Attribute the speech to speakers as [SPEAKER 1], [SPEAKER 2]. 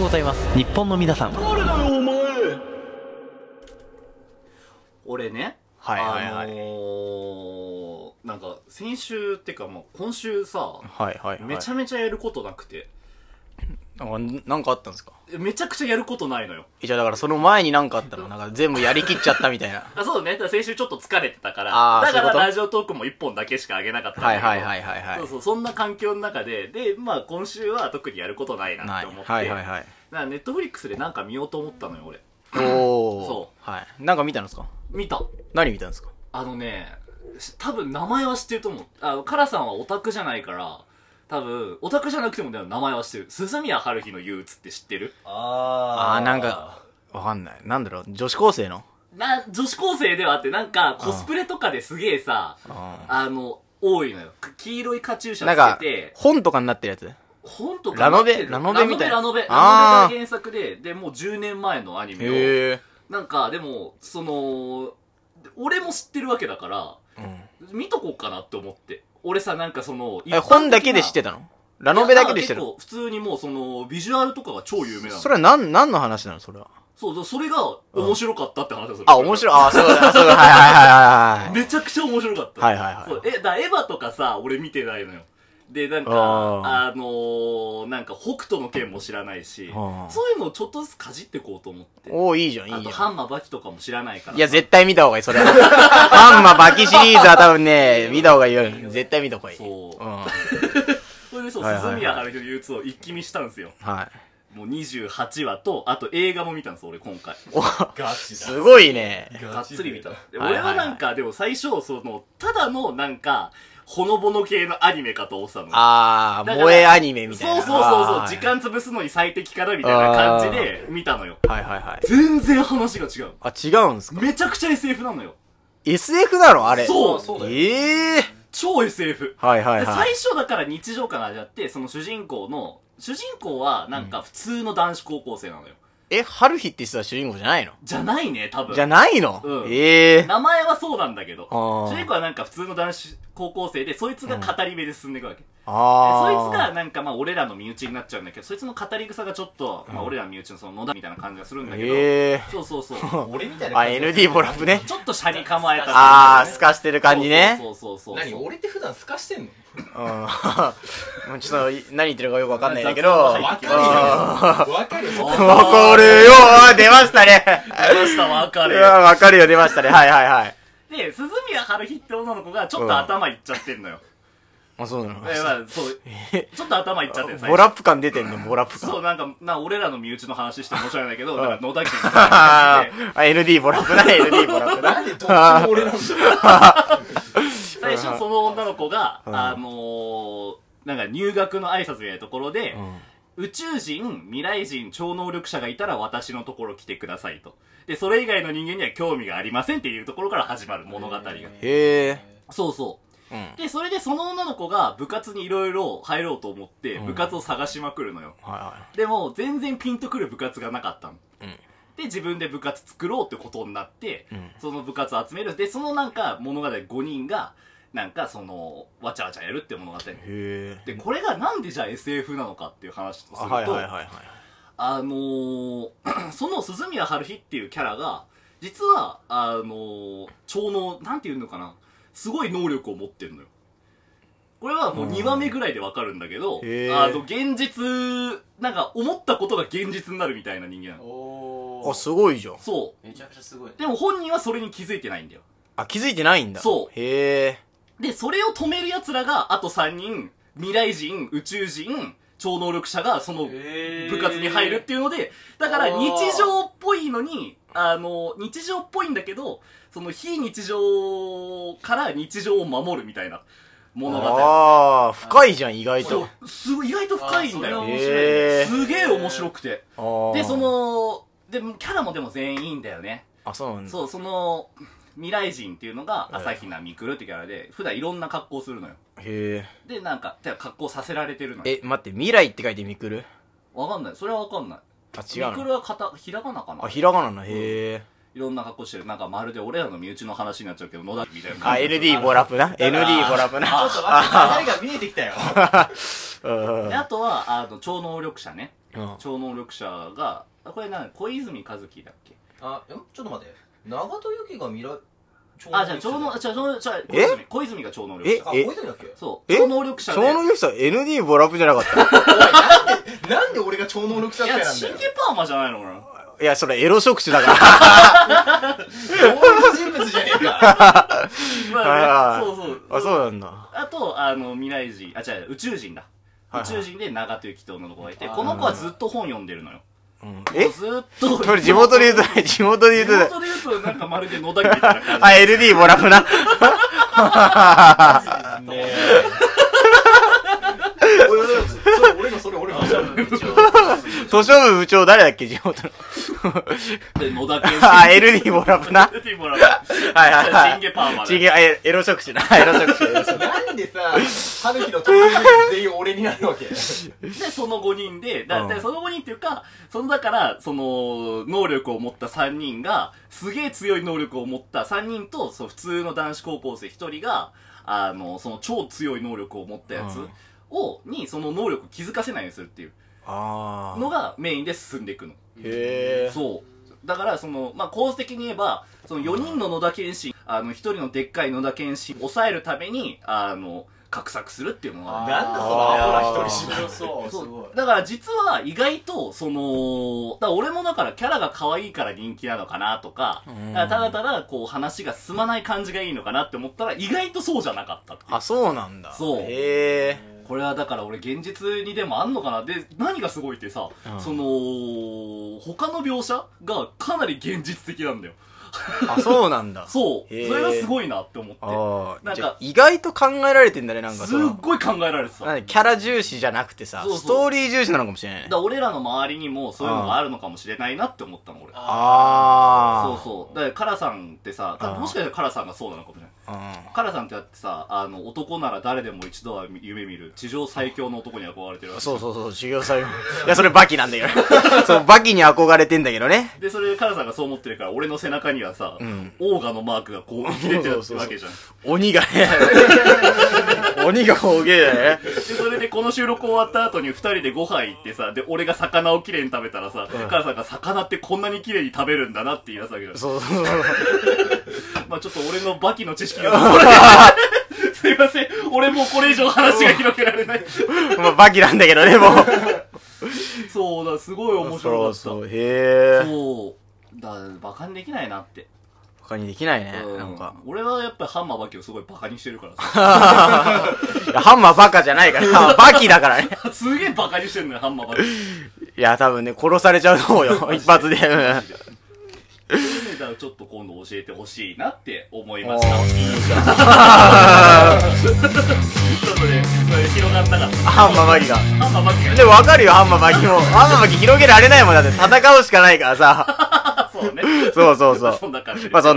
[SPEAKER 1] ございます日本の皆さん
[SPEAKER 2] 誰だよお前
[SPEAKER 3] 俺ね、
[SPEAKER 2] はいはいはい
[SPEAKER 3] あのーなんか先週っていうかもう今週さ、
[SPEAKER 2] はいはいはい
[SPEAKER 3] めちゃめちゃやることなくて
[SPEAKER 2] なんかなんかあったんですか
[SPEAKER 3] めちゃくちゃやることないのよ
[SPEAKER 2] じゃあだからその前になんかあったのなんか全部やりきっちゃったみたいな
[SPEAKER 3] あそうねだから先週ちょっと疲れてたから
[SPEAKER 2] あー
[SPEAKER 3] だか
[SPEAKER 2] そういう
[SPEAKER 3] ら
[SPEAKER 2] こと
[SPEAKER 3] ラジオトークも1本だけしか上げなかったん だ
[SPEAKER 2] は
[SPEAKER 3] け
[SPEAKER 2] い
[SPEAKER 3] ど
[SPEAKER 2] はいはいはいはい
[SPEAKER 3] そうそうそんな環境の中でで、まあ、今週は特にやることないなっ
[SPEAKER 2] ない
[SPEAKER 3] て思って
[SPEAKER 2] はいはいはい
[SPEAKER 3] なネットフリックスでなんか見ようと思ったのよ俺
[SPEAKER 2] おお
[SPEAKER 3] そ
[SPEAKER 2] はいなんか見たんですか
[SPEAKER 3] 見た
[SPEAKER 2] 何見たんですか
[SPEAKER 3] あのねし多分名前は知ってると思うあのカラさんはオタクじゃないから多分オタクじゃなくても、ね、名前は知ってる鈴宮春日の憂鬱って知ってる
[SPEAKER 2] あ
[SPEAKER 4] あ
[SPEAKER 2] あーなんかわかんないなんだろう女子高生の
[SPEAKER 3] な女子高生ではあってなんかコスプレとかですげえさ
[SPEAKER 2] あ
[SPEAKER 3] あの多いのよく黄色いカチューシ
[SPEAKER 2] なん
[SPEAKER 3] ャ
[SPEAKER 2] か
[SPEAKER 3] つけて
[SPEAKER 2] 本とかになってるやつ
[SPEAKER 3] 本とか
[SPEAKER 2] ラノベ
[SPEAKER 3] 持ってる
[SPEAKER 2] ラノベみたいな
[SPEAKER 3] ラノベラノベ
[SPEAKER 2] あー
[SPEAKER 3] ラノベが原作ででもう10年前のアニメを
[SPEAKER 2] へえ
[SPEAKER 3] なんかでもその俺も知ってるわけだから見とこうかなって思って俺さなんかその
[SPEAKER 2] え本だけで知ってたのラ
[SPEAKER 3] ラ
[SPEAKER 2] ノベだけで知ってる
[SPEAKER 3] 結構普通にもうそのビジュアルとかが超有名なの
[SPEAKER 2] それは何何の話なのそれは
[SPEAKER 3] そうそうそれが面白かったって話ですよ
[SPEAKER 2] あ面白い あーそうだそうだはいはいはいはいはい
[SPEAKER 3] めちゃくちゃ面白かった
[SPEAKER 2] はいはいはい
[SPEAKER 3] そうえだエヴァとかさ俺見てないのよでなんかあ
[SPEAKER 2] あ
[SPEAKER 3] のー、なんか北斗の剣も知らないし
[SPEAKER 2] あー
[SPEAKER 3] そういうのをちょっとずつかじってこうと思 って
[SPEAKER 2] おおいいじゃんい
[SPEAKER 3] あ
[SPEAKER 2] い
[SPEAKER 3] と
[SPEAKER 2] じ
[SPEAKER 3] ハ
[SPEAKER 2] ゃん
[SPEAKER 3] ンマーバキとかも知らないから
[SPEAKER 2] いや絶対見た方がいいそれは ハンマーバキシリーズは多分ね見た方がいいよ絶対見た方がいい
[SPEAKER 3] そう
[SPEAKER 2] うん
[SPEAKER 3] それでそう、
[SPEAKER 2] はいはいはい
[SPEAKER 3] 鈴宮春日の憂鬱を一気見したんですよ
[SPEAKER 2] はい
[SPEAKER 3] もう28話とあと映画も見たんです俺今回
[SPEAKER 2] お
[SPEAKER 4] ガチだ
[SPEAKER 2] すごいね
[SPEAKER 3] がっつり見た。で
[SPEAKER 2] はい
[SPEAKER 3] 俺
[SPEAKER 2] はい
[SPEAKER 3] はなんか、でも最初、その、ただのなんか、ほのぼの系のアニメかと思ってたの。
[SPEAKER 2] あ
[SPEAKER 3] だ
[SPEAKER 2] あ
[SPEAKER 3] から
[SPEAKER 2] 萌えアニメみたい
[SPEAKER 3] そう
[SPEAKER 2] な
[SPEAKER 3] そうそうそう、
[SPEAKER 2] あー
[SPEAKER 3] 時間潰すのに最適かなみたいな感じで見たのよ。
[SPEAKER 2] はいはいはい
[SPEAKER 3] 全然話が違う。
[SPEAKER 2] あ違うんですか
[SPEAKER 3] めちゃくちゃ SF なのよ。
[SPEAKER 2] SF なのあれ
[SPEAKER 3] そう
[SPEAKER 4] そうだよ
[SPEAKER 2] ええ
[SPEAKER 3] 超 SF。
[SPEAKER 2] はいはい
[SPEAKER 3] で
[SPEAKER 2] はい
[SPEAKER 3] 最初だから日常感の味あって、その主人公の、主人公はなんか普通の男子高校生なのよ。
[SPEAKER 2] え春日って人は主人公じゃないの
[SPEAKER 3] じゃないね、多分。
[SPEAKER 2] じゃないの
[SPEAKER 3] うん
[SPEAKER 2] ええ
[SPEAKER 3] 名前はそうなんだけど、
[SPEAKER 2] あー
[SPEAKER 3] 主人公はなんか普通の男子高校生で、そいつが語り部で進んでいくわけ。で
[SPEAKER 2] ああ
[SPEAKER 3] そいつがなんかまあ俺らの身内になっちゃうんだけどそいつの語り草がちょっと、まあ、俺らの身内のその野田みたいな感じがするんだけど、
[SPEAKER 2] え
[SPEAKER 3] そうそうそう
[SPEAKER 4] 俺みたい
[SPEAKER 2] え
[SPEAKER 4] な感
[SPEAKER 2] あ
[SPEAKER 4] じ
[SPEAKER 2] ND ボラップね
[SPEAKER 3] ちょっと車に構えた
[SPEAKER 2] ああ
[SPEAKER 3] ー
[SPEAKER 2] すかしてる感じね
[SPEAKER 3] そうそうそうそう
[SPEAKER 4] 何俺って普段透かしてんの
[SPEAKER 2] うん もうちょっと何言ってるかよくわかんないんだけど
[SPEAKER 3] 雑音が
[SPEAKER 4] わ
[SPEAKER 2] わ
[SPEAKER 3] 入
[SPEAKER 4] か
[SPEAKER 3] って
[SPEAKER 4] るよわかるよ
[SPEAKER 2] かるよ 出ましたね
[SPEAKER 3] どうしたわか
[SPEAKER 2] い
[SPEAKER 3] る
[SPEAKER 2] やわかるよ出ましたねはいはいはい
[SPEAKER 3] で鈴宮春日って女の子がちょっと頭いっちゃってんのよ、
[SPEAKER 2] あそうなの
[SPEAKER 3] えまあそうちょっと頭いっちゃってん最
[SPEAKER 2] ボ
[SPEAKER 3] 初
[SPEAKER 2] ラップ感出てんのボラップ感
[SPEAKER 3] そうなんかな俺らの身内の話して申し訳ないけどなんか野田家みたいな感
[SPEAKER 2] あ
[SPEAKER 3] じで
[SPEAKER 2] ーあ ND ボラッ プな ND ボラップな
[SPEAKER 4] なんでどっちも俺なんだよ
[SPEAKER 3] 最初その女の子が、あのーなんか入学の挨拶みたいなところで、宇宙人、未来人、超能力者がいたら私のところ来てくださいと。で、それ以外の人間には興味がありませんっていうところから始まる物語が。
[SPEAKER 2] へえ
[SPEAKER 3] そうそう。
[SPEAKER 2] うん
[SPEAKER 3] で、それでその女の子が部活にいろいろ入ろうと思って、部活を探しまくるのよ。
[SPEAKER 2] は
[SPEAKER 3] でも、全然ピンとくる部活がなかったの。
[SPEAKER 2] うん
[SPEAKER 3] で、自分で部活作ろうってことになって、
[SPEAKER 2] いはい
[SPEAKER 3] その部活を集める。で、そのなんか物語5人が、なんかその、わちゃわちゃやるって物語。で、
[SPEAKER 2] へえ
[SPEAKER 3] これがなんでじゃあ SF なのかっていう話とすると、
[SPEAKER 2] はいはいはいはい
[SPEAKER 3] あのー その鈴宮春日っていうキャラが、実は、あのー超能、なんていうのかな、すごい能力を持ってるのよ。これはもう2話目ぐらいでわかるんだけど、
[SPEAKER 2] へー
[SPEAKER 3] あの、現実、なんか思ったことが現実になるみたいな人間なの。
[SPEAKER 4] お
[SPEAKER 2] あ
[SPEAKER 4] ー
[SPEAKER 2] すごいじゃん
[SPEAKER 3] そ。
[SPEAKER 4] めちゃくちゃすごいう
[SPEAKER 3] でも本人はそれに気づいてないんだよ。
[SPEAKER 2] あ気づいてないんだ
[SPEAKER 3] そう
[SPEAKER 2] へえ
[SPEAKER 3] で、それを止める奴らが、あと3人、未来人、宇宙人、超能力者が、その、
[SPEAKER 4] へー
[SPEAKER 3] 部活に入るっていうので、だから
[SPEAKER 4] あ
[SPEAKER 3] 日
[SPEAKER 4] ー
[SPEAKER 3] 常っぽいのに、あの、日常っぽいんだけど、その非日常から日常を守るみたいな物語。
[SPEAKER 2] ああ深いじゃん意外
[SPEAKER 3] そ
[SPEAKER 2] と
[SPEAKER 3] うすごい意外と深いんだ
[SPEAKER 4] あ
[SPEAKER 3] よ
[SPEAKER 4] ー。それは面白いね
[SPEAKER 2] へえ
[SPEAKER 3] すげえ面白くて。
[SPEAKER 2] あー
[SPEAKER 3] で、その、で、キャラもでも全員いいんだよね。
[SPEAKER 2] あそうなんだ
[SPEAKER 3] そう、その、未来人っていうのが朝比奈未来ってキャラで、普段いろんな格好するのよ。
[SPEAKER 2] へ
[SPEAKER 3] で、なんか、てか格好させられてるのよ。
[SPEAKER 2] ええ待って未来って書いてみくる
[SPEAKER 3] わかんない。それはわかんない。
[SPEAKER 2] あ違
[SPEAKER 3] ミ
[SPEAKER 2] う
[SPEAKER 3] ク
[SPEAKER 2] の
[SPEAKER 3] ルはかたひらがなかな
[SPEAKER 2] あひらがなのへえ
[SPEAKER 3] いろんな格好してる。なんかまるで俺らの身内の話になっちゃうけど、野田みたいな
[SPEAKER 2] あ
[SPEAKER 3] 感じ。
[SPEAKER 2] ND ボラップな ND ボラップ
[SPEAKER 4] ちょ
[SPEAKER 2] な
[SPEAKER 4] っと待って流れが見えてきたよ
[SPEAKER 2] うんうん
[SPEAKER 3] であとは、あの、超能力者ね。
[SPEAKER 2] うん
[SPEAKER 3] 超能力者があこれなん小泉一樹だっけ
[SPEAKER 4] あえちょっと待って長戸由紀が未来超
[SPEAKER 3] あじゃあ超能あじゃあ超能じゃあ小
[SPEAKER 2] え
[SPEAKER 3] 泉小泉が超能力
[SPEAKER 2] え
[SPEAKER 3] 者
[SPEAKER 4] あ小泉だっけ
[SPEAKER 3] そう
[SPEAKER 2] え
[SPEAKER 3] 超能力者で
[SPEAKER 2] 超能力者 ND ボラップじゃなかった
[SPEAKER 4] なんで俺が超能力者
[SPEAKER 3] い
[SPEAKER 4] みたい
[SPEAKER 3] や
[SPEAKER 4] なんだ
[SPEAKER 3] 神
[SPEAKER 4] よ
[SPEAKER 3] 経パーマじゃないのかない
[SPEAKER 2] や、それエロ触手だから。
[SPEAKER 4] 同一人物じゃねえか
[SPEAKER 3] まあね
[SPEAKER 2] あー
[SPEAKER 3] そうそう
[SPEAKER 2] あ、そうなんだ。
[SPEAKER 3] あとあの未来人あ違う宇宙人だ
[SPEAKER 2] はいは
[SPEAKER 3] 宇
[SPEAKER 2] い
[SPEAKER 3] 宙人で長というって女の子がいて
[SPEAKER 4] あー
[SPEAKER 3] この子はずっと本読んでるのよ
[SPEAKER 2] うんえ
[SPEAKER 3] ずっと
[SPEAKER 2] これ地元で言うとない、 地元で
[SPEAKER 3] 地
[SPEAKER 2] 言うと
[SPEAKER 3] 元で言うとなんかまるで野田家みたいな感
[SPEAKER 2] ない。あ、LD ボラップな。
[SPEAKER 4] ねえ俺のそれ俺のそれ俺のそれ一応
[SPEAKER 2] 図書部部長誰だっけ地元の。
[SPEAKER 3] じで野田家
[SPEAKER 2] あ、LD ボラップな。
[SPEAKER 3] 出てもらうはい
[SPEAKER 2] はいはいは い。
[SPEAKER 3] チンゲパーマで
[SPEAKER 2] チンゲ、あエエロ触手 な。エロ触手エロ触
[SPEAKER 4] なんでさ春日の突然全員俺になるわけ
[SPEAKER 3] でその5人でだ
[SPEAKER 2] うん
[SPEAKER 3] だその5人っていうかそのだからその能力を持った3人がすげえ強い能力を持った3人とその普通の男子高校生1人があのその超強い能力を持ったやつ
[SPEAKER 2] うん
[SPEAKER 3] を、にその能力を気づかせないようにするっていう
[SPEAKER 2] あ
[SPEAKER 3] のがメインで進んでいくの
[SPEAKER 2] へえ。
[SPEAKER 3] そう。だから、その、まあ、構図的に言えば、その4人の野田健信、あの、1人のでっかい野田健信を抑えるために、あの、画策するっていうのがある
[SPEAKER 4] なんだそのアホな一人芝そうすごい
[SPEAKER 3] だから実は意外と、その、だから俺もだからキャラが可愛いから人気なのかなとか、
[SPEAKER 2] うん
[SPEAKER 3] だからただただこう話が進まない感じがいいのかなって思ったら意外とそうじゃなかったっていう
[SPEAKER 2] あ、そうなんだ。
[SPEAKER 3] そう
[SPEAKER 2] へえ。
[SPEAKER 3] これはだから俺現実にでもあんのかなで何がすごいってさ、
[SPEAKER 2] うん
[SPEAKER 3] その他の描写がかなり現実的なんだよ
[SPEAKER 2] あ、そうなんだ。
[SPEAKER 3] そう
[SPEAKER 2] へー
[SPEAKER 3] それがすごいなって思っ
[SPEAKER 2] ああ。
[SPEAKER 3] なんか
[SPEAKER 2] じゃあ意外と考えられてんだね、な
[SPEAKER 3] て
[SPEAKER 2] んか
[SPEAKER 3] す
[SPEAKER 2] そ
[SPEAKER 3] っ
[SPEAKER 2] の。
[SPEAKER 3] ごい考えられてた
[SPEAKER 2] なん
[SPEAKER 3] だか
[SPEAKER 2] でキャラ重視じゃなくてさ
[SPEAKER 3] そうそう
[SPEAKER 2] ストーリー重視なのかもしれないね。
[SPEAKER 3] ら俺らの周りにもそういうのがあるのかもしれないなって思ったの俺そ
[SPEAKER 2] あ
[SPEAKER 3] うそうだからカラさんってさか
[SPEAKER 2] あー
[SPEAKER 3] もしかしたらカラさんがそうなのかもしれない
[SPEAKER 2] あ。
[SPEAKER 3] カラさんってだってさあの男なら誰でも一度は夢見る地上最強の男に憧れてる
[SPEAKER 2] う
[SPEAKER 3] わ
[SPEAKER 2] ん。
[SPEAKER 3] け
[SPEAKER 2] そうそうそう、修行される。いや、それバキなんだけど。 そう、バキに憧れてんだけどね。
[SPEAKER 3] でそれでカラさんがそう思ってるから俺の背中にはさ、
[SPEAKER 2] ん
[SPEAKER 3] オーガのマークがこう切れてるわけじゃん
[SPEAKER 2] 鬼 がね。鬼が大げえだね。
[SPEAKER 3] でそれでこの収録終わった後に2人でご飯行ってさで俺が魚をきれいに食べたらさ、カラさんが魚ってこんなにきれいに食べるんだなって言い出すわけじゃん
[SPEAKER 2] そうそうそう。
[SPEAKER 3] まあちょっと俺のバキの知 識がこれすいません俺もうこれ以上話が広げられない
[SPEAKER 2] まあ、バキなんだけどね、もう。
[SPEAKER 3] そうだすごい面白かった
[SPEAKER 2] そ
[SPEAKER 3] そ
[SPEAKER 2] そ
[SPEAKER 3] う
[SPEAKER 2] うう、へえ。
[SPEAKER 3] だバカにできないなって、
[SPEAKER 2] 他にできないね、
[SPEAKER 3] うん
[SPEAKER 2] なんか。
[SPEAKER 3] 俺はやっぱハンマーバキをすごいバカにしてるから さ
[SPEAKER 2] いやハンマーバカじゃないから、バキだからね。
[SPEAKER 3] すげえバカにしてるのよハンマーバキ
[SPEAKER 2] いや、多分ね、殺されちゃうと思うよ。一発で。うん
[SPEAKER 3] そういうのをちょっと今度教えてほしいなって思いました。
[SPEAKER 2] おー
[SPEAKER 3] ちょっとね、これ広がったから。
[SPEAKER 2] ハンマーバキが。
[SPEAKER 3] ハンマーバッ
[SPEAKER 2] でもわかるよ、ハンマーバキも。ハンマーバキ広げられないもんだって、戦うしかないからさ。
[SPEAKER 3] そうね。
[SPEAKER 2] そうそうそう
[SPEAKER 3] そんな感じで。
[SPEAKER 2] まあそん